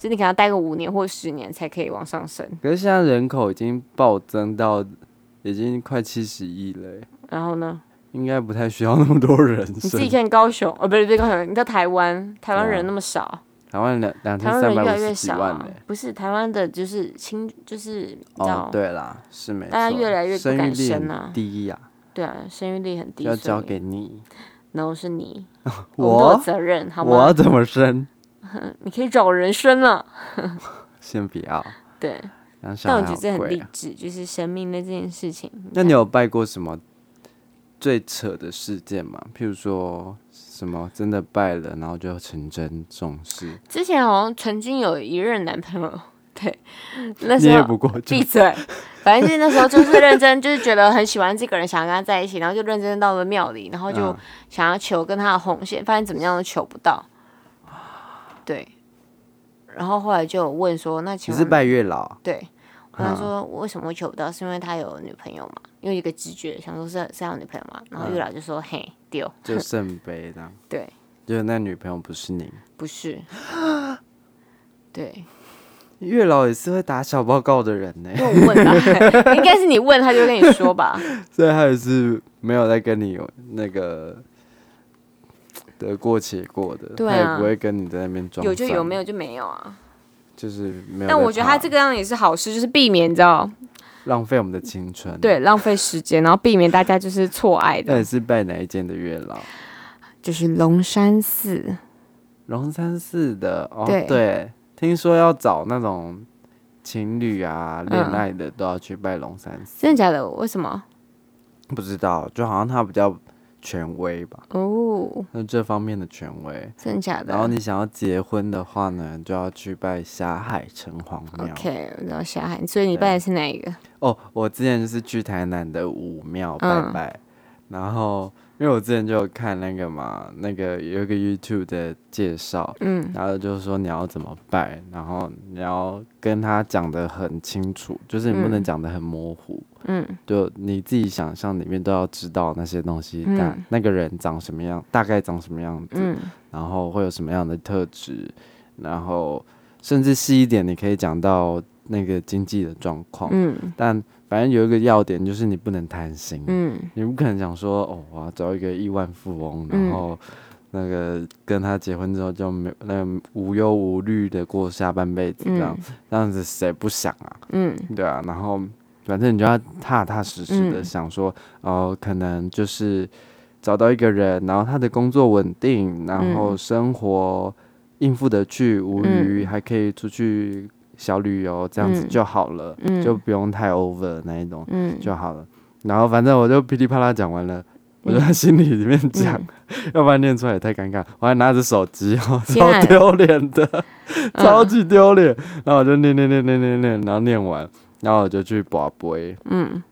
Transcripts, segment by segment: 可能要待个五年或十年才可以往上升。可是现在人口已经暴增到已经快七十亿了欸，然后呢，应该不太需要那么多人你自己生。看高雄，哦，不是不是高啊雄，你到台湾，台湾对啊人那么少，台湾两两台千湾三人百越来五越十几少、万啊呢、，不是台湾的就是亲就是你知道哦，，对啦，是没错。大家越来越不生育敢率生很啊低呀、对啊，生育率很低，要所交以给你。然后是你，我们都有 我责任好我要吗？怎么生？ 你可以找人生了，先不要，对，养小但我孩觉好得这很贵励啊。志，就是生命的这件事情。那你有拜过什么最扯的事件吗？譬如说什么真的拜了，然后就成真这种事，之前好像曾经有一任男朋友， 对，那你时也候不过就闭嘴。反正就是那时候就是认真，就是觉得很喜欢这个人，想要跟他在一起，然后就认真到了庙里，然后就嗯想要求跟他的红线，发现怎么样都求不到。对，然后后来就有问说，那请你问是拜月老啊，对，我跟他嗯说为什么会求不到，是因为他有女朋友嘛？因为一个直觉想说是是他有女朋友嘛，然嗯后月老就说、嘿丢，就圣杯这样。对，就是那女朋友不是你，不是，对， 月老也是会打小报告的人呢、因为我问吧， 应该是你问他就会跟你说吧， 所以他也是没有在跟你有那个得过且过的，对他也啊不会跟你在那边装。有就有，没，有就没有啊。就是没有在怕。嗯但我觉得他这个样也是好事，就是避免你知道浪费我们的青春。，对浪费时间，然后避免大家就是错爱那的你，是拜哪一间的月老？就是龙山寺。龙山寺的哦，对对，听说要找那种情侣啊、嗯恋爱的都要去拜龙山寺，真的假的？为什么？不知道，就好像他比较权威吧，哦，那这方面的权威。真的假的？然后你想要结婚的话呢，就要去拜霞海城隍庙。 OK，然后下海，所以你拜的是哪一个？哦，我之前就是去台南的武庙拜嗯拜，然后因为我之前就有看那个嘛，那个有一个 YouTube 的介绍，嗯然后就是说你要怎么拜，然后你要跟他讲的很清楚，就是你不能嗯讲的很模糊，嗯就你自己想象里面都要知道那些东西，但嗯那个人长什么样，大概长什么样子，嗯然后会有什么样的特质，然后甚至细一点，你可以讲到那个经济的状况，嗯但反正有一个要点就是你不能贪心，嗯你不可能想说哦，我要找一个亿万富翁，然嗯后那个跟他结婚之后就没那个无忧无虑的过下半辈子这样，嗯这样子谁不想啊？嗯对啊，然后反正你就要踏踏实实的嗯想说，哦、可能就是找到一个人，然后他的工作稳定，然后嗯生活应付得去，无嗯余，还可以出去小旅游，这样子嗯就好了，嗯就不用太 over 那一种嗯，就好了。然后反正我就噼里啪啦讲完了。我嗯就在心里里面讲， 要不然念出来也太尴尬。我还拿着手机哦，天超啊丢脸的。嗯超级丢脸。然后我就念念念念念念，然后念完，然后我就去拔杯，嗯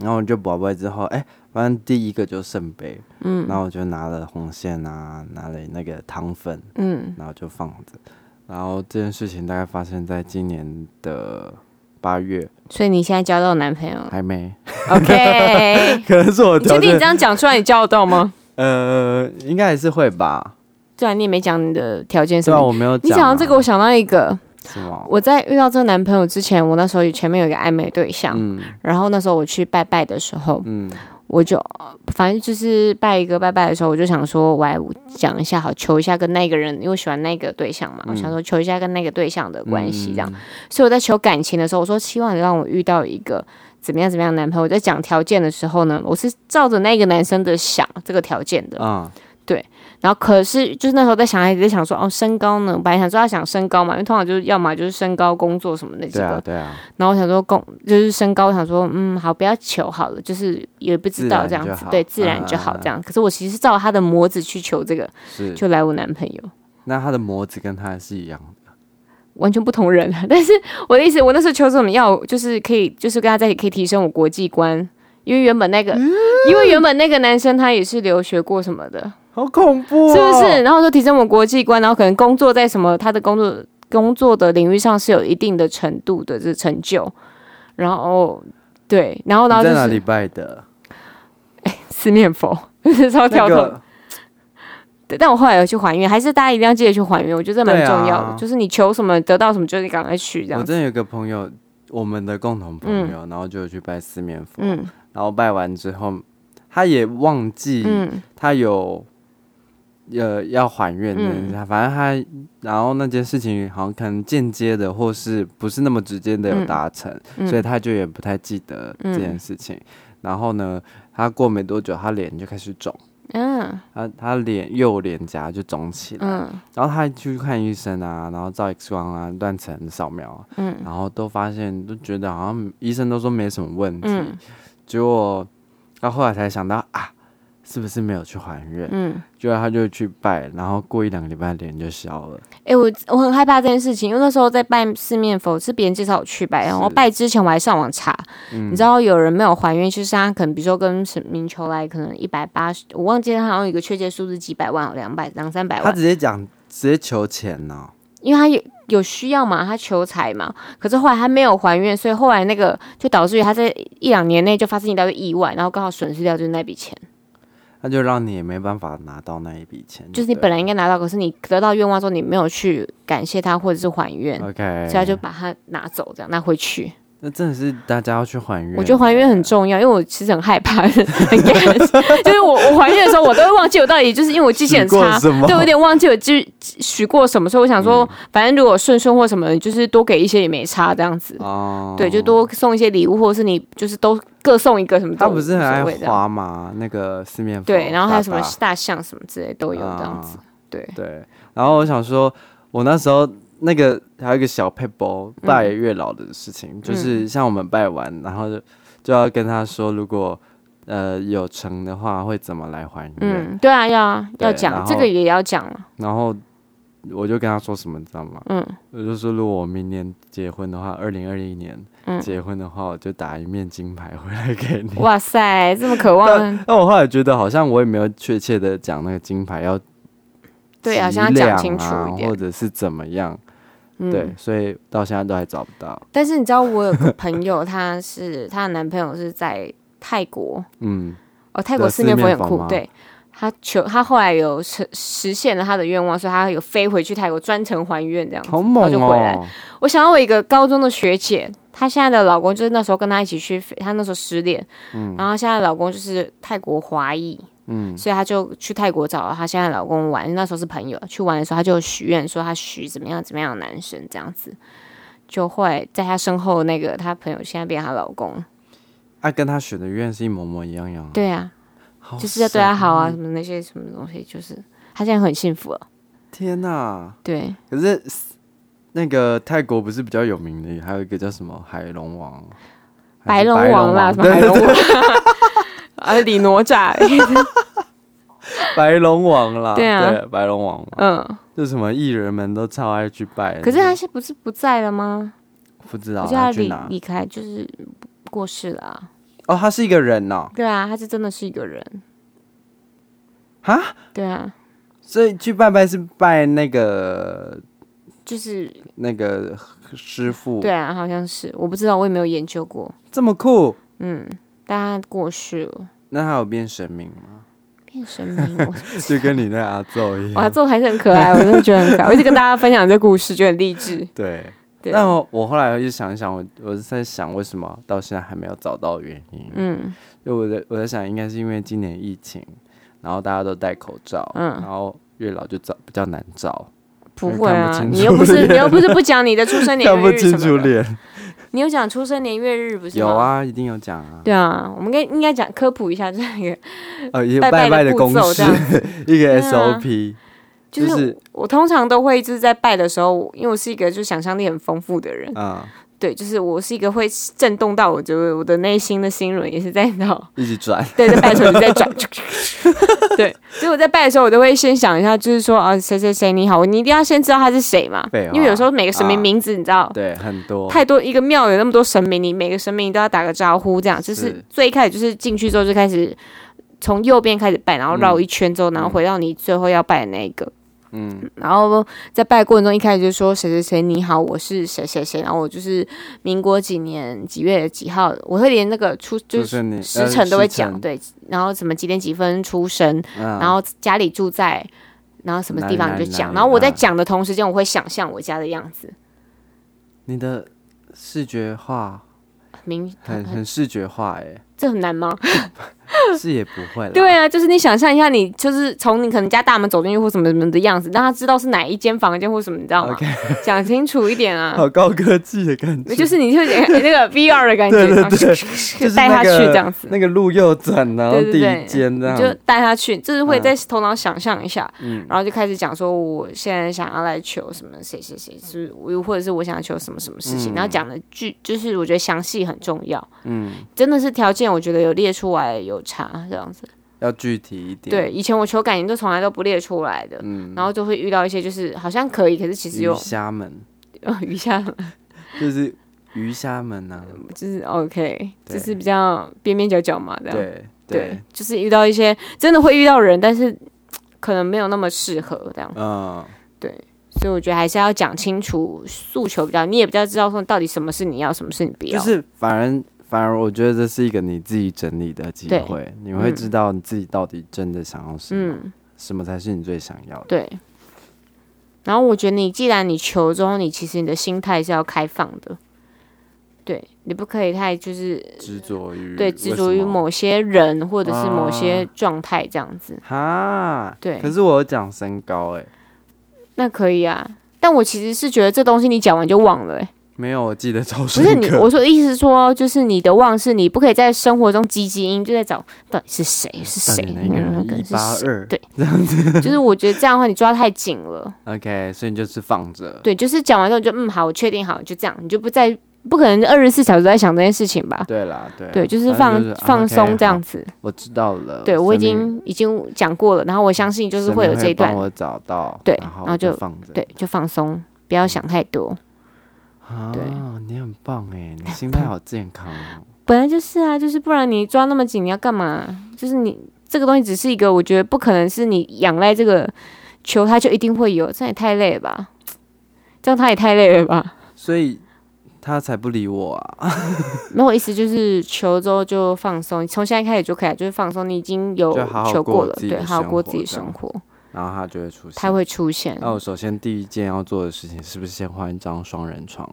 然后我就拔杯之后，哎、反正第一个就圣杯，嗯然后我就拿了红线啊，拿了那个糖粉，嗯然后就放着。然后这件事情大概发生在今年的八月，所以你现在交到男朋友了还没， ？OK，可能是 我哎你确条定你件这，样讲出来你交得到吗？呃，应该还是会吧。对啊，你也没讲你的条件是虽什然么。我没有讲啊、你讲到这个，我想到一个，是吗？我在遇到这个男朋友之前，我那时候前面有一个暧昧对象，嗯然后那时候我去拜拜的时候，嗯我就呃反正就是拜一个拜拜的时候，我就想说，我来讲一下好，求一下跟那个人，因为我喜欢那个对象嘛，我想说求一下跟那个对象的关系这样。嗯所以我在求感情的时候，我说希望你让我遇到一个怎么样怎么样的男朋友。我在讲条件的时候呢，我是照着那个男生的想这个条件的，啊然后可是就是那时候在想，一直在想说哦，身高呢，我本来想说要想身高嘛，因为通常就是要么就是身高、工作什么那几对个。啊对啊，然后我想说工就是身高，我想说嗯好，不要求好了，就是也不知道自然这样就子好，对，自然就嗯好嗯嗯这样。可是我其实是照他的模子去求这个，是。就来我男朋友。那他的模子跟他是一样的，完全不同人，但是我的意思，我那时候求什么要，就是可以，就是跟他在一起可以提升我国际观，因为原本那个，嗯因为原本那个男生他也是留学过什么的，好恐怖、哦是不是？？然后就哦提升我国际观，然后可能工作在什么他的工作工作的领域上是有一定的程度的这成就，然后对，然后然后你就在哪是里拜的？ 四面佛，就是超跳那动，个对，但我后来有去还愿，还是大家一定要记得去还愿，我觉得这蛮对啊重要的，就是你求什么得到什么，就是赶快去这我样。真的有个朋友，我们的共同朋友，然后就有去拜四面佛，嗯然后拜完之后，他也忘记嗯他有呃要还愿的，嗯反正他然后那件事情好像可能间接的或是不是那么直接的有嗯达成，嗯所以他就也不太记得这件事情。然后呢，他过没多久，他脸就开始肿，嗯他他脸右脸颊就肿起来，嗯然后他去看医生啊，然后照 X 光啊、断层扫描啊，嗯然后都发现都觉得好像医生都说没什么问题，嗯结果他后来才想到啊，是不是没有去还愿？嗯，结果他就去拜，然后过一两个礼拜脸就消了。哎、我我很害怕这件事情，因为那时候在拜四面佛，是别人介绍我去拜，然后是拜之前我还上网查，嗯你知道有人没有还愿，就是他可能比如说跟神明求来可能一百八十，我忘记他好像有一个确切数字几百万，两百两三百他万，直接讲，直接求钱哦呢、因为他有有需要嘛，他求财嘛，可是后来他没有还愿，所以后来那个就导致于他在一两年内就发生一大堆意外，然后刚好损失掉就是那笔钱，嗯那就让你也没办法拿到那一笔钱就对了，是你本来应该拿到，可是你得到愿望之后你没有去感谢他或者是还愿， OK，所以他就把它拿走，这样拿回去。那真的是大家要去还愿，我觉得还愿很重要，因为我其实很害怕， 很 gas，就是我我还愿的时候，我都会忘记我到底就是因为我记性很许 过差，什么对，我有点忘记我记许过什么，所以我想嗯说，反正如果顺顺或什么，就是多给一些也没差这样子。哦，对，就多送一些礼物，或者是你就是都各送一个什么都他无不是所很爱谓的。花吗？那个四面佛对，然后还有什么大啊大大象什么之类都有这样子。对，对，然后我想说，我那时候那个还有一个小 p e 嗯拜月老的事情，就是像我们拜完，然后就就要跟他说，如果呃有成的话，会怎么来还愿。嗯，对啊，要啊要对然讲后这个也要讲了。然后我就跟他说什么，你知道吗？嗯，我呃就说，如果我明年结婚的话，二零二一年嗯结婚的话，我就打一面金牌回来给你。哇塞，这么渴望，但我后来觉得，好像我也没有确切的讲那个金牌要对啊，几想要讲两清楚啊一点或。者是怎么样。嗯对，所以到现在都还找不到。但是你知道，我有个朋友，她是她的男朋友是在泰国，嗯，哦，泰国的四面四佛面很佛酷吗，对。她求她后来有实实现了她的愿望，所以她有飞回去泰国专程还愿这样子，好然后猛就回来。哦！我想到我一个高中的学姐，她现在的老公就是那时候跟她一起去，她那时候失恋，然后现在的老公就是泰国华裔，嗯所以她就去泰国找她现在的老公玩，那时候是朋友，去玩的时候她就许愿说她许怎么样怎么样的男生这样子，就后来在她身后那个她朋友现在变她老公，啊，跟他许的愿是一模模一样样啊，对啊，好就是要对她神好啊，秘什。么那些什么东西，就是她现在很幸福了，天哪、对，可是那个泰国不是比较有名的，还有一个叫什么海龙王，还白是龙王啦，什么海对，龙 王。啊，李哪 吒， 白龙王啦，对啊对，白龙王嘛，嗯，就什么艺人们都超爱去拜的。可是他现在不是不在了吗？不知我道觉得他他去离哪离开就是过世了、啊。哦，他是一个人哦，对啊，他是真的是一个人。哈，对啊，所以去拜拜是拜那个就是那个师傅，对，啊，好像是我不知道，我也没有研究过。这么酷。嗯，但他过世了，那他有变神明 吗？变神明， 我就跟你那阿奏一哇，样。这种还是很可爱，我真的觉得很可爱。我一直跟大家分享这故事，觉得很励志。对，对，但我我后来就想一想，我我是在想为什么到现在还没有找到原因。嗯就我在我在想，应该是因为今年疫情，然后大家都戴口罩，嗯然后月老就找比较难找，不会啊，看不清楚你又不是你又不是不讲你的出生年看不月日清什楚么的，脸。你有讲出生年月日不是吗有，啊，一定有讲啊。对啊，我们应该应该讲科普一下这个，呃，也拜拜拜拜的步公骤这式样， 一啊个 SOP。就是就我,、是通常都会就是在拜的时候，因为我是一个就想象力很丰富的人，嗯，对，就是我是一个会震动到我就我的内心的心轮也是在脑， 一直转。对，在拜的时候就在转， 对，所以我在拜的时候，我都会先想一下，就是说啊，谁谁谁你好，你一定要先知道他是谁嘛废，话因为有时候每个神明啊名字、你知道。 对，很多。太多一个庙有那么多神明，你每个神明都要打个招呼，这样就是是最一开始就是进去之后就开始从右边开始拜，然后绕一圈之后，然后回到你最后要拜的那一个，嗯，然后在拜的过程中，一开始就说谁谁谁你好，我是谁谁谁，然后我就是民国几年几月几号，我会连那个出就就是是你时辰都会呃时讲，辰嗯对，然后什么几点几分出生，然然后家里住在然后什么哪里地方哪你里就哪讲，里然后我在啊讲的同时间，我会想象我家的样子，你的视觉化明很很视觉化哎、 这很难吗？是也不会啦。对啊，就是你想象一下，你就是从你可能家大门走进去或什么什么的样子，让他知道是哪一间房间或什么，你知道吗 OK 讲清楚一点啊，好高科技的感 觉，就是你就有点那个 VR 的感觉，对对然后对咻咻咻 就是带那他去个这样子。那个路右转，然后对第对对一间这你就样，带他去，就是会嗯在头脑想象一下，嗯，然后就开始讲说，我现在想要来求什么谁谁谁，是我或者是我想求什么什么事情，嗯然后讲的句就是我觉得详细很重要，嗯，真的是条件，我觉得有列出来有差这样子。要具体一点，，对，以前我求感情都从来都不列出来的，嗯，然后就会遇到一些就是好像可以，可是其实鱼又虾们鱼虾嘛就是鱼虾们啊，就是 OK，对就是比较边边角角嘛，这样对对，就是遇到一些真的会遇到人，但是可能没有那么适合这样，嗯，所以我觉得还是要讲清楚诉求比较，你也比较知道说到底什么是你要，什么是你不要，就是反而反而我觉得这是一个你自己整理的机对会，你会知道你自己到底真的想要什么，嗯，什么才是你最想要的，对。然后我觉得你既然你求之后，你其实你的心态是要开放的，对你不可以太就是执着于对执着于某些人或者是某些啊状态这样子。哈，对可是我有讲身高哎、那可以啊，但我其实是觉得这东西你讲完就忘了、欸，没有，我记得超不深是你，刻。我说意思是说，就是你的忘是你不可以在生活中积极音，就在找到底是谁是到谁底，哪一个人个一人是八谁二？对就是我觉得这样的话你抓太紧了， ，OK，所以你就是放着。对，就是讲完之后你就嗯好，我确定好，就这样，你就不再不可能二十四小时都在想这件事情吧。对啦，对啊对，就是反放正就是啊放 OK，松这样好子。我知道了。对我已生命经已经讲过了，然后我相信就是会有这一神明会帮段，我找到，对然后然后就就放着。对，就放松，不要想太多。啊对，你很棒哎， 你心态好健康哦。本来就是啊，就是不然你抓那么紧，你要干嘛？就是你这个东西只是一个，我觉得不可能是你仰赖这个球，它就一定会有，这样也太累了吧？这样他也太累了 吧？所以他才不理我啊。没有我意思，就是球之后就放松，从现在开始就可以了，就是放松。你已经有就好好球过了，自己对，的好好生过活自己这样哦生活，然后他就会出现。它会出现。那我首先第一件要做的事情是不是先换一张双人床？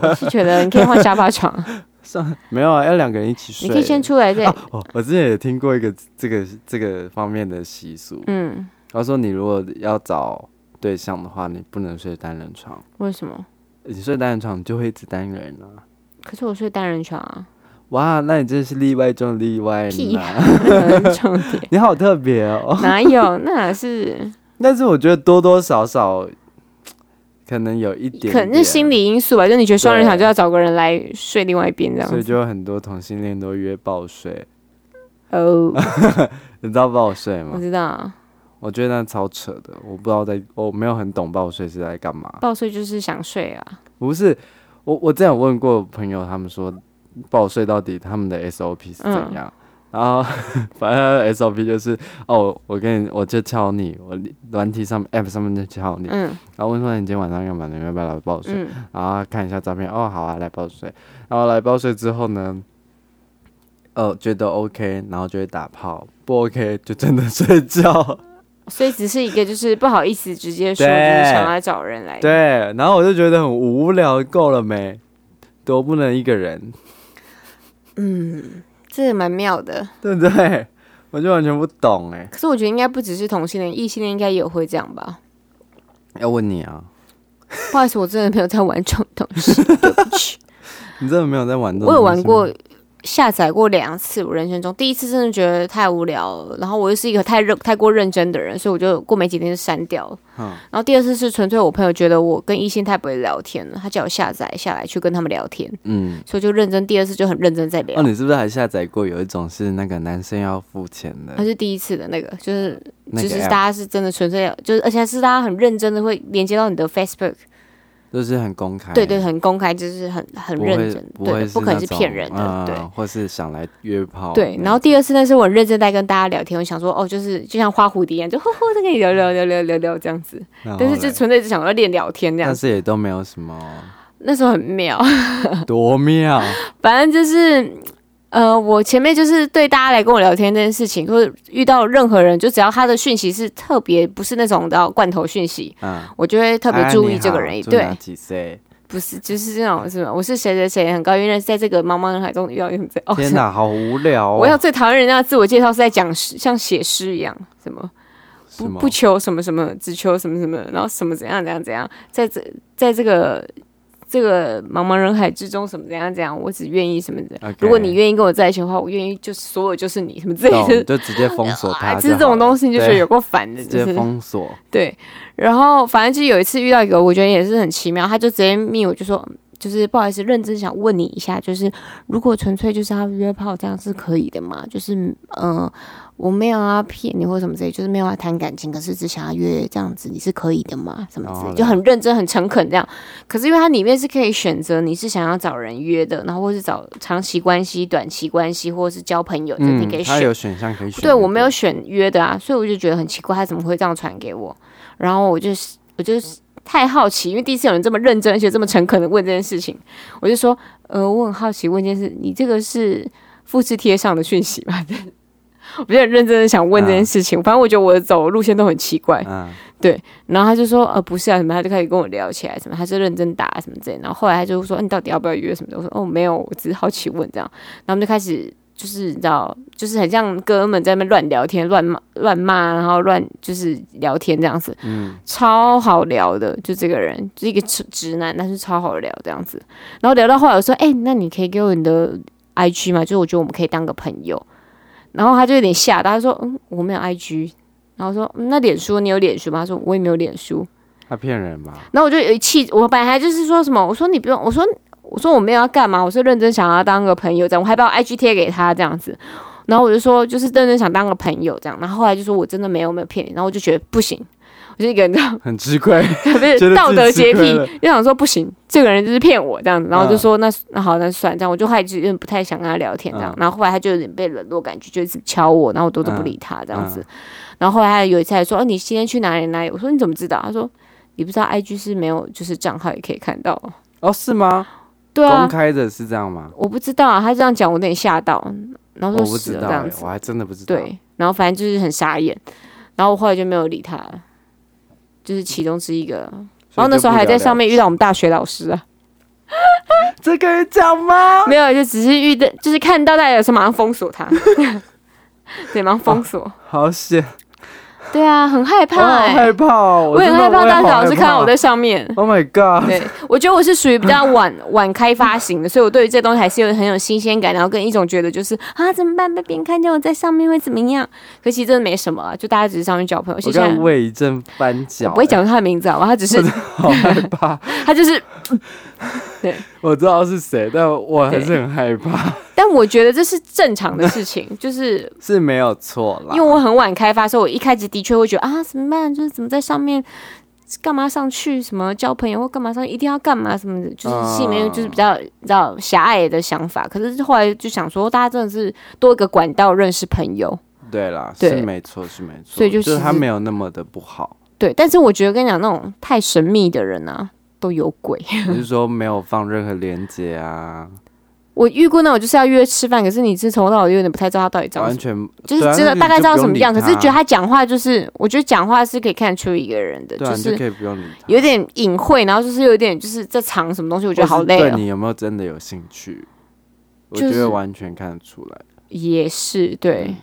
我是觉得你可以换沙发床， 上没有啊，要两个人一起睡。你可以先出来再，哦，我之前也听过一个这个这个方面的习俗，嗯，他说你如果要找对象的话，你不能睡单人床，为什么？你睡单人床你就会一直单人啊。可是我睡单人床 啊，哇，那你真是例外中的例外屁呢！很重点， 你好特别哦。哪有？那哪是。但是我觉得多多少少可能有一点点，可能是心理，理因素吧，就你觉得双人床就要找个人来睡另外一边这所以样子。就有很多同性恋都约爆睡。 哦，你知道爆睡我吗？知道，我觉得那超扯的，我不知道在，我没有很懂爆睡是在干嘛。抱睡就是想睡啊。不是，我我之前有问过朋友，他们说报税到底他们的 SOP 是怎样？嗯然后 反正他的 SOP 就是哦，我跟你我就敲你，我软体上面 App 上面就敲你，嗯然后问说你今天晚上干嘛？你要不要来报税？嗯，然后看一下照片，哦，好啊，来报税。然后来报税之后呢？呃，觉得 OK，然后就会打炮，不 OK 就真的睡觉。所以只是一个就是不好意思直接说，就是想要找人来。 对，然后我就觉得很无聊，够了没？都不能一个人，嗯，这也蛮妙的。对不对？我就完全不懂哎、可是我觉得应该不只是同性恋，异性恋应该也会这样吧。要问你啊，不好意思，我真的没有在玩这种东西，对不起。你真的没有在玩这种？我有玩过，，下载过两次，我人生中第一次真的觉得太无聊了，然后我又是一个太认太过认真的人，所以我就过没几天就删掉了。嗯然后第二次是纯粹我朋友觉得我跟异性太不会聊天了，他叫我下载下来去跟他们聊天，嗯。所以我就认真第二次就很认真在聊哦，。你是不是还下载过有一种是那个男生要付钱的他？是第一次的那个，就是那就个是 app，大家是真的纯粹要，就是而且是大家很认真的会连接到你的 Facebook，就是很公开，对对，，很公开，就是很很哎不会认真，不对会的，不可能那是种骗人的，嗯对。或是想来约炮那种，对，然后第二次那是我很认真在跟大家聊天，我想说哦，就是就像花蝴蝶一样，就呼呼在跟你聊聊聊聊聊聊这样子，然后但是就嘞纯粹只想要练聊天这样但子。是也都没有什么 那时候很妙，多妙，反正就是呃，我前面就是对大家来跟我聊天这件事情，或者遇到任何人，就只要他的讯息是特别不是那种的罐头讯息，嗯，我就 会特别注意这个人。哎你好对住，哪几岁？不是就是这种什么，我是谁谁谁，很高兴认识在这个茫茫人海中遇到你们这。哦，天哪，好无聊 哦！我要最讨厌人家的自我介绍是在讲诗，像写诗一样，什么什不么不求什么什么，只求什么什么，然后什么怎样怎样怎样，在这在这个这个茫茫人海之中，什么怎样怎样，我只愿意什么的。 OK 如果你愿意跟我在一起的话，我愿意就是所有就是你什么之类哎懂的。就直接封锁 他啊，就好了，就是这种东西，你就觉得对有够嗯烦的，直就接是 封锁，对。然后反正就有一次遇到一个，我觉得也是很奇妙，他就直接密我，就说就是不好意思，认真想问你一下，就是如果纯粹就是要约炮这样是可以的吗？就是嗯、呃我没有要骗你或什么之类，就是没有要谈感情，可是只想要约这样子，你是可以的吗？什么之然后类嘞就很认真、很诚恳这样。可是因为它里面是可以选择你是想要找人约的，然后或是找长期关系、短期关系，或是交朋友，这你可以选他。嗯有选项可以选。对我没有，选约的啊，所以我就觉得很奇怪，他怎么会这样传给我？然后我就是我就是太好奇，因为第一次有人这么认真而且这么诚恳的问这件事情，我就说，呃，我很好奇问一件事，你这个是复制贴上的讯息吧？ 我就很认真的想问这啊件事情，反正我觉得我走的路线都很奇怪。 嗯，然后他就说，呃，不是啊，什么，他就开始跟我聊起来，什么，他是认真打啊什么之类的。然后后来他就说，嗯你到底要不要约什么的？我说，哦，没有，我只是好奇问这样。然后我们就开始，就是你知道，就是很像哥们在那边乱聊天、乱骂、乱骂，然后乱就是聊天这样子，嗯，超好聊的。就这个人，就是一个直直男，但是超好聊这样子。然后聊到后来，我说，哎、那你可以给我你的 IG 吗？就是我觉得我们可以当个朋友。然后他就有点吓到，他说，嗯，我没有 IG。然后说、嗯那脸书你有脸书吗？他说我也没有脸书。他骗人吧？然后我就有一气，我本来还就是说什么，我说你不用，我说我说我没有要干嘛，我是认真想要当个朋友这样，我还把我 IG 贴给他这样子。然后我就说就是认真想当个朋友这样，然后后来就说我真的没有没有骗你，然后我就觉得不行，我就一个人很吃亏，特别觉得自己道德洁吃亏癖了，嗯就想说不行，这个人就是骗我这样子，然后我就说、那那好那算这样，我就开始有点不太想跟他聊天这样，嗯然后后来他就有点被冷落感觉，就一直敲我，然后我都都不理他这样子，嗯然后后来他有一次还说、哦、你今天去哪里哪里，我说你怎么知道？他说你不知道 IG 是没有就是账号也可以看到哦，哦，是吗？对公啊，开的是这样吗？我不知道啊，他这样讲我有点吓到，然后我说不死知了道这样欸，子我，还真的不知道。，对，然后反正就是很傻眼，然后我后来就没有理他了，就是其中之一个。然后那时候还在上，面遇到我们大学老师啊，这可以讲吗？没有，就只是遇到，就是看到大家有时候马上封锁他， 对，马上封锁，好险，对啊，很哦害我好怕哎、害怕哦，我也真很的害怕大学老师看到我。也在上面， 好害怕 Oh my god！对，我觉得我是属于比较晚晚开发型的，所以我对于这东西还是有很有新鲜感，然后跟一种觉得就是啊怎么办，被别人看见我在上面会怎么样？可其实真的没什么啊，就大家只是上去交朋友。我现在刚胃一阵翻我搅，不会讲出他的名字好吧？他只 是欸，好害怕。他就是，我知道是谁，但我还是很害怕，但我觉得这是正常的事情， 就是是没有错啦。因为我很晚开发，所以我一开始的确会觉得啊怎么办，就是怎么在上面。干嘛上去？什么交朋友或干嘛上去？一定要干嘛什么的？就是心里面就是比较嗯你知道狭隘的想法。可是后来就想说，大家真的是多一个管道认识朋友。对啦，对是没错，是没错。所以就就其是实他没有那么的不好，对，但是我觉得跟你讲，那种太神秘的人啊，都有鬼。 只是说没有放任何连接啊，我遇过那种就是要约吃饭，可是你是从头到尾就有点不太知道他到底长什完么，全就是对啊知道那你大概就知道不用什么理样，可是他觉得他讲话就是，我觉得讲话是可以看出一个人的，对啊，就你就是可以不用理他。有点隐晦，然后就是有点就是在藏什么东西，我我觉得好累对哦。你有没有真的有兴趣？我就觉是得完全看得出来。也是对，嗯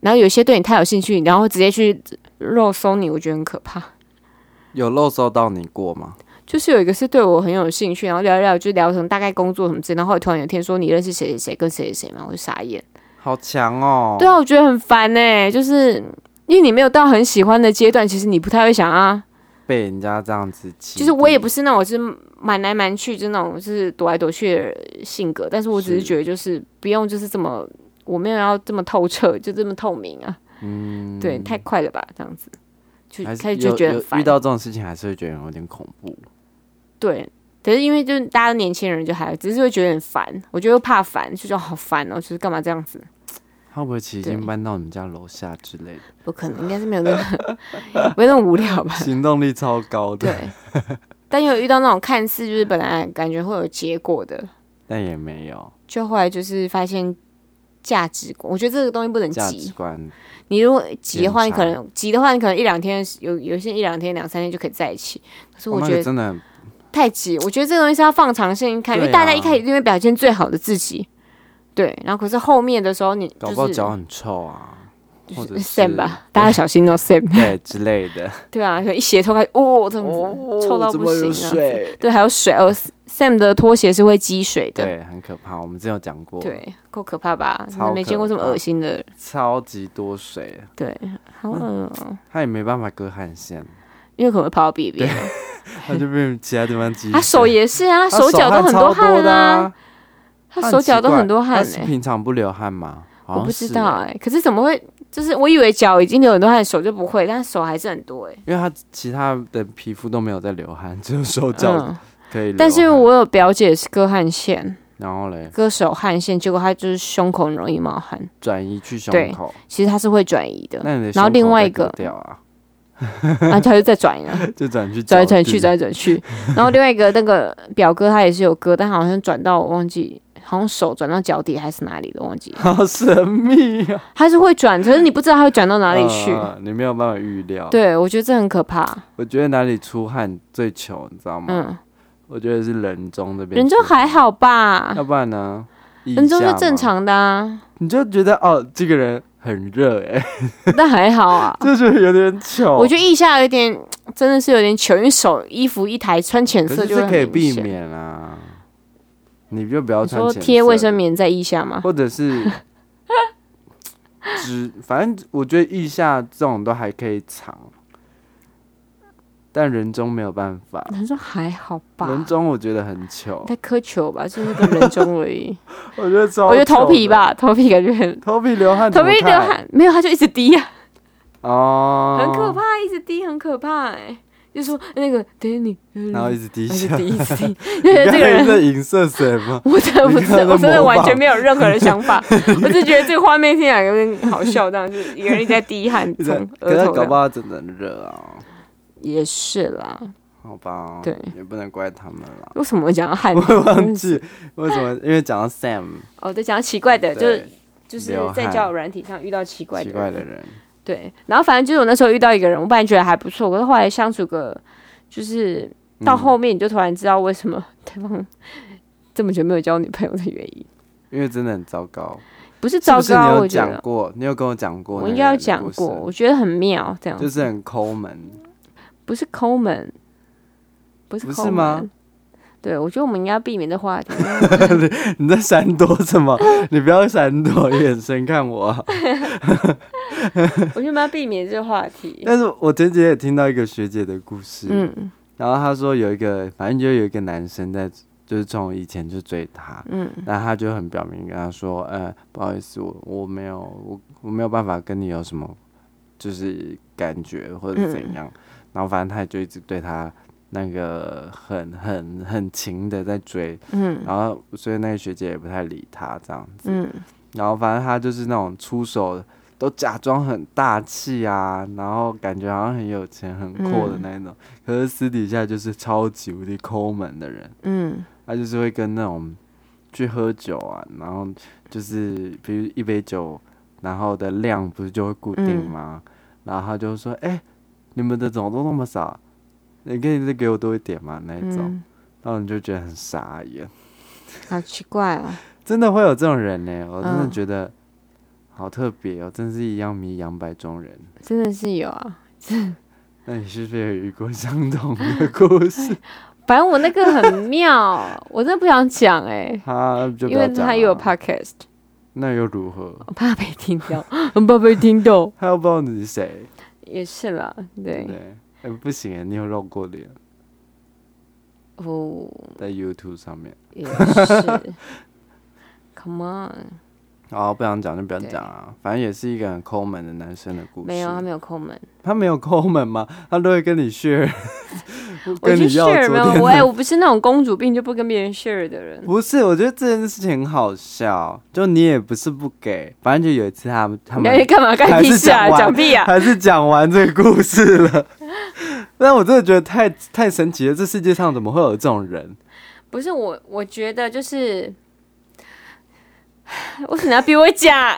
然后有些对你太有兴趣，然后直接去肉搜你，我觉得很可怕。有漏收到你过吗？就是有一个是对我很有兴趣，然后聊一聊就聊成大概工作什么之类，然后后来突然有一天说你认识谁谁谁跟谁谁谁嘛，我就傻眼。好强哦！对啊，我觉得很烦呢、就是因为你没有到很喜欢的阶段，其实你不太会想啊。被人家这样子欺负，就是我也不是那种就是瞒来瞒去，就那种就是躲来躲去的性格，但是我只是是觉得就是不用就是这么，我没有要这么透彻，就这么透明啊。嗯，对，太快了吧，这样子就还是开始就有觉得有很烦遇。到这种事情还是会觉得有点恐怖。对，可是因为就是大家年轻人就还只是会觉得很烦，我觉得又怕烦，就觉得好烦哦，就是干嘛这样子。他会不会其实已对经搬到你们家楼下之类的？不可能，应该是没有那 么没有那么无聊吧？行动力超高对的，，但有遇到那种看似就是本来感觉会有结果的，但也没有。就后来就是发现价值观，我觉得这个东西不能价急值。观，你如果急的话，你偏可差能急的话，你可能一两天有有些一两天两三天就可以在一起。可是哦我那觉个得真的很太急，我觉得这个东西是要放长线看，因为对啊大家一开始一定会表现最好的自己，对。然后可是后面的时候你就搞是不好脚很臭啊，或者 Sam 是吧，大家小心哦，Sam。 对之类的。对啊，可能一斜头开始哦，这样子、臭到怎不么行这有样子。 水对，还有水哦，Sam 的拖鞋是会积水的。对，很可怕。我们之前有讲过，，对，够可怕吧？超没见过这么可怕恶心的，超级多水，对，好恶嗯哦、他也没办法割 汗腺，因为可能会跑到别边。他就被其他地方挤 水。他手也是啊，他手脚都汗很超多汗的啊，啊，他手脚都很多汗呢。哎、他是平常不流汗吗？好我像不是欸知道，哎、可是怎么会？就是我以为脚已经流很多汗，手就不会，但手还是很多哎、因为他其他的皮肤都没有在流汗， 只有手脚嗯，可以流汗。但是我有表姐是割汗腺，然后嘞，割手汗腺，结果她就是胸口很容易冒汗，转移去胸对口，其实她是会转移的，那你的然后胸另口外再一个割掉啊， 然后她就再转移了。就转去转来脚转去，底。转来转去。然后另外一个那个表哥他也是有割，但好像转到我忘记，好像手转到脚底还是哪里的忘记 好神秘啊！他是会转，可是你不知道他会转到 哪里去。嗯 嗯你没有办法预料。，对，我觉得这很可怕。我觉得哪里出汗最糗，你知道吗？嗯，我觉得是人中这边。人中还，好吧，要不然呢？人中腋是下嘛正，常的 啊，你就觉得哦，这个人很热哎、 欸，。但还好啊就是有点糗。我觉得腋下有点，真的是有点糗，因为手衣服一抬，穿浅可色是就会这很可以明避显。免啊，你就不要你穿说浅贴色卫的生，棉在腋下吗？或者是 只反正我觉得腋下这种都还可以藏，但人中没有办法。人中还好吧，人中我觉得很 糗，太苛求吧，就是那个人中而 已。我觉得超，我觉得头皮，吧，头皮感觉很头皮流汗，头皮流，汗，没有，他就一直滴啊，哦，很可，怕，一直滴，很可怕、哎，就说那个 Danny，呃然后一直滴嗯一直下，滴，一直 滴，你因为刚这个才人，在影射谁吗？ 我真的不知你刚才在我真的模仿完全没有任何的想 法，我只觉得这个画面听起来有点好笑，这样就是一个人一直在滴汗 一直在从可额是头搞不的，好真的很热啊，也是啦，好吧，对也不能怪他们啦。为什么我讲到汗？ 我也忘记为什么，因为讲到 Sam，哦，对，讲到奇怪的，就是对就是流汗在交友软体上遇到奇怪奇的怪的人人，对，然后反正就是我那时候遇到一个人，我本来觉得还不错，可是后来相处个就是到嗯后面，你就突然知道为什么 对方这么久没有交女朋友的原因，因为真的很糟糕。不是是糟不是你糕，有我觉讲得过？你有跟我讲过那我个应人该有的故事？讲过，我觉得很妙，这样子、就是很抠门，不是抠门，不是不抠是吗门？对，我觉得我们应该避免这话题。你在闪躲 什么？你不要闪躲，眼神看我啊。我觉得我们要避免这个话题。 但是我前几天也听到一个学姐的故事，嗯然后她说有一个，反正就有一个男生在，就是从以前就追她，嗯，那她就很表明跟她说，呃，不好意思，我我没有，我我没有办法跟你有什么，就是感觉或者嗯怎样，然后反正他就一直对她那个很很很勤的在追，嗯然后所以那个学姐也不太理他这样子，嗯然后反正他就是那种出手都假装很大气啊，然后感觉好像很有钱、很阔的嗯那一种，可是私底下就是超级无敌抠门的人。嗯他就是会跟那种去喝酒啊，然后就是比如一杯酒，然后的量不是就会固定嗯吗？然后他就说：“哎、你们的总都那么少，你可以再给我多一点嘛那一种。嗯，然后你就觉得很傻眼，好奇怪哦。真的会有这种人呢、我真的嗯觉得好特别哦，真是一样迷养百种人。真的是有啊。那你是不是也遇过相同的故 事？反正我那个很妙，我真的不想讲哎、他就因不要为讲他也有了 podcast，那又如何？我怕被听到， 很怕被听到。他又不知道你是谁，也是啦，对对不，对？哎、不行欸，你有露过脸。哦，在 YouTube 上面。也 是。Come on，哦，不想讲就不要对讲啊，反正也是一个很抠门的男生的故事。没有，啊他没有抠门。他没有抠门吗？他都会跟你 share，我跟就你要 share 昨没有，天我哎、我不是那种公主病就不跟别人 share 的人。不是，我觉得这件事情很好笑。就你也不是不给，反正就有一次他们他你要去们干嘛？干还屁是事啊！讲完讲屁啊！ 还是讲完这个故事了。 但我真的觉得太太神奇了，这世界上怎么会有这种人？不是我，我觉得就是，为什么要逼我讲？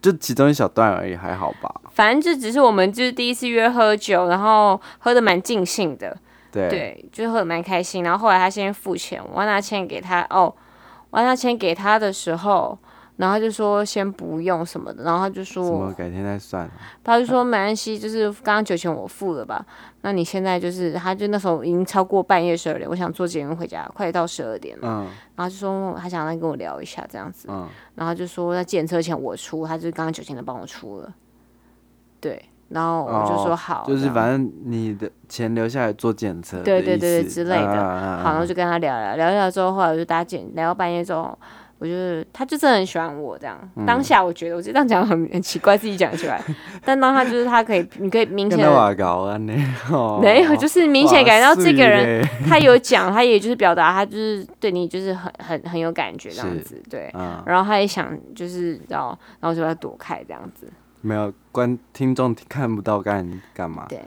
就其中一小段而已，还好吧？反正就只是我们就是第一次约喝酒，然后喝的蛮尽兴的，对，对，就是喝的蛮开心。然后后来他先付钱，我要拿钱给他，哦，我要拿钱给他的时候，然后他就说先不用什么的，然后他就什么说，改天再算。他就说没关系，就是刚刚酒钱我付了吧，那你现在就是，他就那时候已经超过半夜十二点，我想坐捷运回家，快到十二点了，嗯然后就说他想来跟我聊一下这样子，嗯，然后就说那检车钱我出，他就是刚刚酒钱都帮我出了，对，然后我就说哦好，就是这样反正你的钱留下来做检测的意思，对对对对之类的啊啊啊好，然后就跟他聊聊聊一聊之后，后来我就搭简聊到半夜之后，我就是他就真的很喜欢我这样。嗯当下我觉得我这样讲很很奇怪，自己讲出来，但当下就是他可以，你可以明干显到地瓦搞啊 你，哦没有，就是明显感觉到这个人，哇塞他有讲，他也就是表达他就是对你就是很很很有感觉这样是子，对。嗯，然后他也想就是然后然后就把他躲开这样子，没有观听众看不到干干嘛，对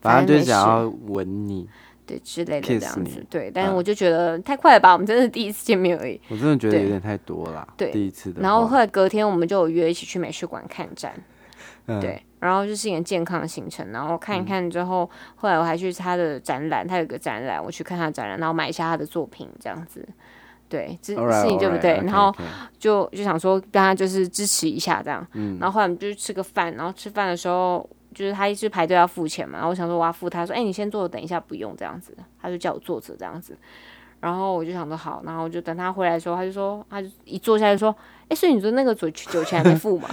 反反正没正就是事想要吻你。对之类的 Kiss 这样子你，对。但是嗯我就觉得太快了吧，我们真的是第一次见面而已。我真的觉得对有点太多啦，对第一次的话。然后后来隔天我们就有约一起去美术馆看展，嗯，对，然后就是一个健康的行程，然后看一看之后，后来我还去他的展览，他有个展览，我去看他的展览，然后买一下他的作品，这样子，对，这 alright，事情对不对 alright，然后 OK，OK 就就想说大家就是支持一下这样，然后后来我们就去吃个饭，然后吃饭的时候。就是他一直排队要付钱嘛，然后我想说我要付他，说哎、你先坐，等一下不用这样子，他就叫我坐着这样子，然后我就想说好，然后我就等他回来的时候，他就说他就一坐下就说，哎、所以你说那个酒酒钱还没付嘛？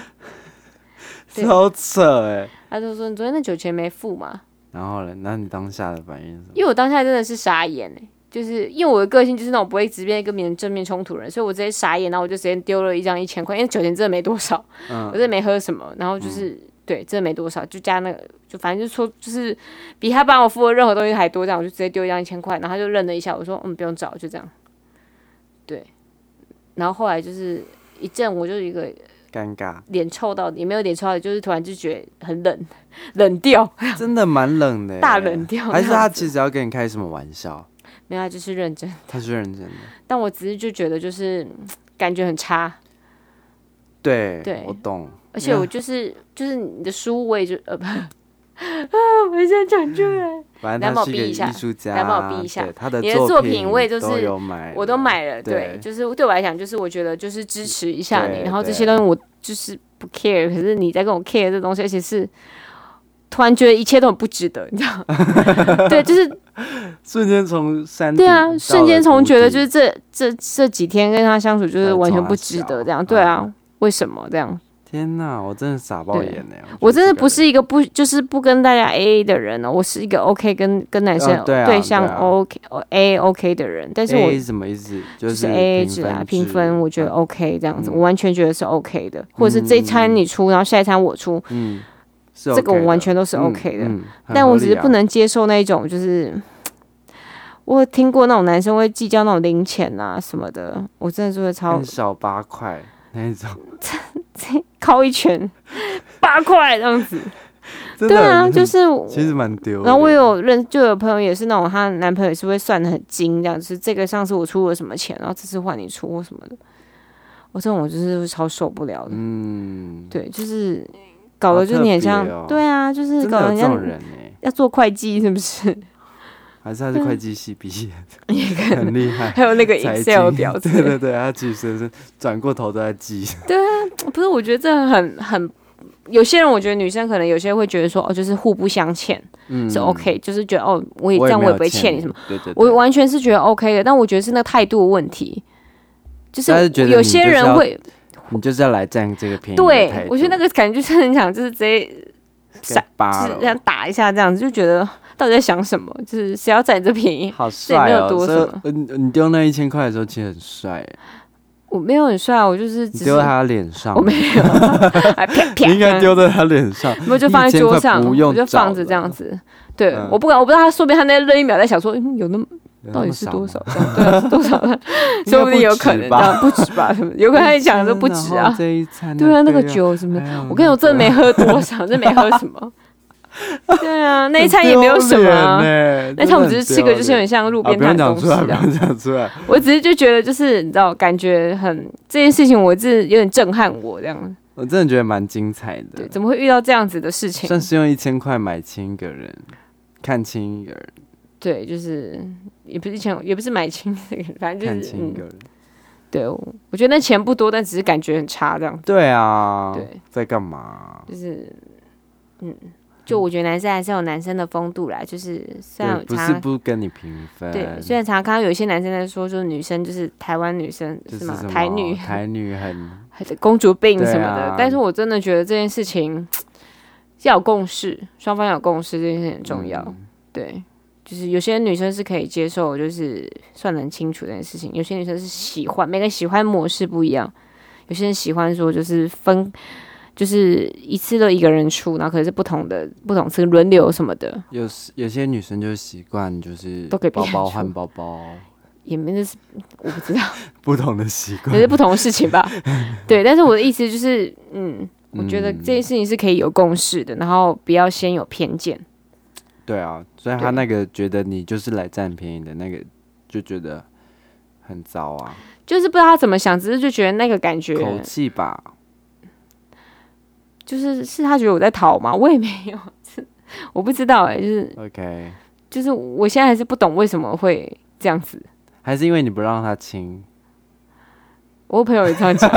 对超扯哎。他就说你昨天那酒钱没付嘛？然后呢？那你当下的反应是什么？因为我当下真的是傻眼哎、就是因为我的个性就是那种不会直接跟别人正面冲突的人，所以我直接傻眼，然后我就直接丢了一张一千块，因为酒钱真的没多少，我真的没喝什么，然后就是、对，真的没多少，就加那个，就反正就说就是比他帮我付的任何东西还多，这样我就直接丢一张一千块，然后他就愣了一下，我说嗯不用找，就这样，对，然后后来就是一阵我就一个尴尬，脸臭到也没有脸臭到，就是突然就觉得很冷， 冷掉，真的蛮冷的欸，大冷掉还是那他样子其实要跟你开什么玩笑？没有他就是认真。他是认真的。但我只是就觉得就是嗯感觉很差，对，对我懂。而且我就是、就是你的书我也就呃不 啊，我一下讲出来，反来正帮他我是一避个一下艺术家，来帮我避一下对他的你的作品品我也就是都有买，我都。买了，对对，就是对我来讲就是我觉得就是支持一下你，对然后这对些东西我就是不 care，可是你在跟我 care 这东西，而且是突然觉得一切都很不值得，你知道？吗？ 对，就是瞬间从山对啊顶，瞬间从觉得就嗯到了是这这这几天跟他相处就是呃完全从不他值小嗯得这样，对啊，为什么这样？谷底天哪，我真的傻爆对眼呢！我觉真的得这个不人是一个不就是不跟大家 A A 的人哦呢、我是一个 O、k 跟跟男生呃对啊象对啊 O K A O K 的人，但是我 A 什么意思？就就是是 A A 制啊，平分我觉得嗯 O、k 这样子，嗯我完全觉得是 O、K 的，或者是这一餐你出，然后下一餐我出，嗯，是这个 OK 我完的全都是嗯 OK 的，嗯很但合我只理是啊不能接受那一种就是。我有听过那种男生会计较那种零钱啊什么的，我真的是会超很小八块那一种，敲一拳， 八块这样子。真对的啊，很就是我其实蛮丢脸的。然后我有认，就有朋友也是那种，她男朋友也是会算的很精，这样就是这个上次我出了什么钱，然后这次换你出或什么的。我这种我就是会超受不了的，嗯，对，就是搞得好就特你很别像，哦对啊，就是真搞的得人有这家种人呢、要做会计是不 是？还是他是会计系毕业的，很厉害。啊还有那个财 Excel 经表之对类的对对，他其实是转过头都在记，不是，我觉得这很很。有些人我觉得女生可能有些会觉得说哦，就是互不相欠、嗯是 OK，就是觉得哦，我也我这样没我也有不会欠你什么。，对对对，我完全是觉得 OK 的，但我觉得是那个态度的问题，就是他是觉得有你些就是人要会，你就是要来占这个便宜的态对度，我觉得那个感觉就是很想就是直接该扒就是这样了，打一下这样子，就觉得到底在想什么？就是谁要占你这便宜？好这也没帅有哦！多所什以么呃你你丢那一千块的时候，其实很帅耶，我没有很帅啊，我就是你只丢是在他脸上，我没有， 还啪啪，你应该丢在他脸上，我就放在桌上， 1000块不用我就放着找了这样子。对，嗯我不敢，我不知道他说不定他那那一秒在想说，嗯，有那么 到底是多少？这样对啊，是多少？ 应该说不定有可不能止这吧 样不止吧？什么？有可能他讲说不止啊。这一 餐对啊，那个费用酒什么的哎呀， 我跟你说，我真的没喝多少，真的没喝什么。对啊，那一餐也没有什么啊、欸，那一餐我们只是吃个，就是有点像路啊，边不摊用的讲东出西来，不啊。用讲出来。我只是就觉得，就是你知道，感觉很这件事情，我是有点震撼我这样。我真的觉得蛮精彩对，的，怎么会遇到这样子的事情？算是用一千块买清一个人，看清一个人，对，就是也不是钱，也不是买清这个，反正看就是清一嗯个，人。对，我我觉得那钱不多，但只是感觉很差这样。对啊，对，在干嘛？就是嗯，就我觉得男生还是有男生的风度啦，就是虽然对，我不常是不跟你平分，对，虽然常常看到有一些男生在说，就是女生就是台湾女生就是吗什？么台女台女很公主病什么的，对啊但是我真的觉得这件事情要有共识，双方要有共识，这件事情很重要。嗯对，就是有些女生是可以接受，就是算得很清楚这件事情；有些女生是喜欢，每个人喜欢模式不一样。有些人喜欢说就是分，就是一次都一个人出，然后可能是不同的不同次轮流什么的，有时有些女生就习惯就是都给别包人包出换包 包，也没那是我不知道，不同的习惯可。是不同的事情 吧。对，但是我的意思就是，嗯。我觉得嗯这件事情是可以有共识的，然后不要先有偏见。对啊，所以他对那个觉得你就是来占便宜的那个，就觉得很糟啊，就是不知道他怎么想，只是就觉得那个感觉，口气吧。就是是他觉得我在逃吗？我也没有， 是我不知道哎、就是 OK，就是我现在还是不懂为什么会这样子。还是因为你不让他亲。我朋友也这样讲，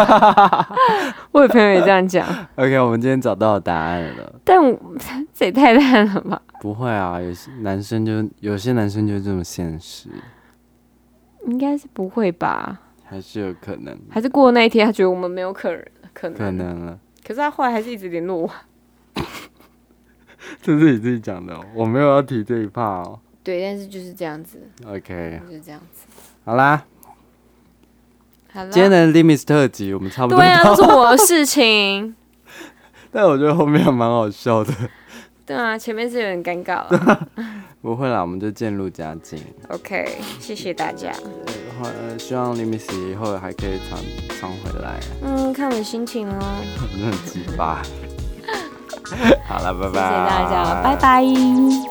我有朋友也这样讲， OK，我们今天找到答案了。但我这也太烂了吧？不会啊，有些男生就有些男生就这么现实，应该是不会吧？还是有可能，还是过了那一天，他觉得我们没有可能，可能，可能了。可是他后来还是一直联络我。 这是你自己讲的哦、我没有要提这一趴哦。对，但是就是这样子， OK，就是这样子。好啦，好了，今天的 Limits 特辑我们差不多对啊，到，这是我 的事情。但我觉得后面还蛮好笑的。 对啊，前面是有点尴尬了。不会啦，我们就渐入佳境。 OK，谢谢大家。呃，希望 Limits 以后还可以常常回来，嗯，看我心情哦。 很鸡巴。好了，拜拜。谢谢大家，拜拜。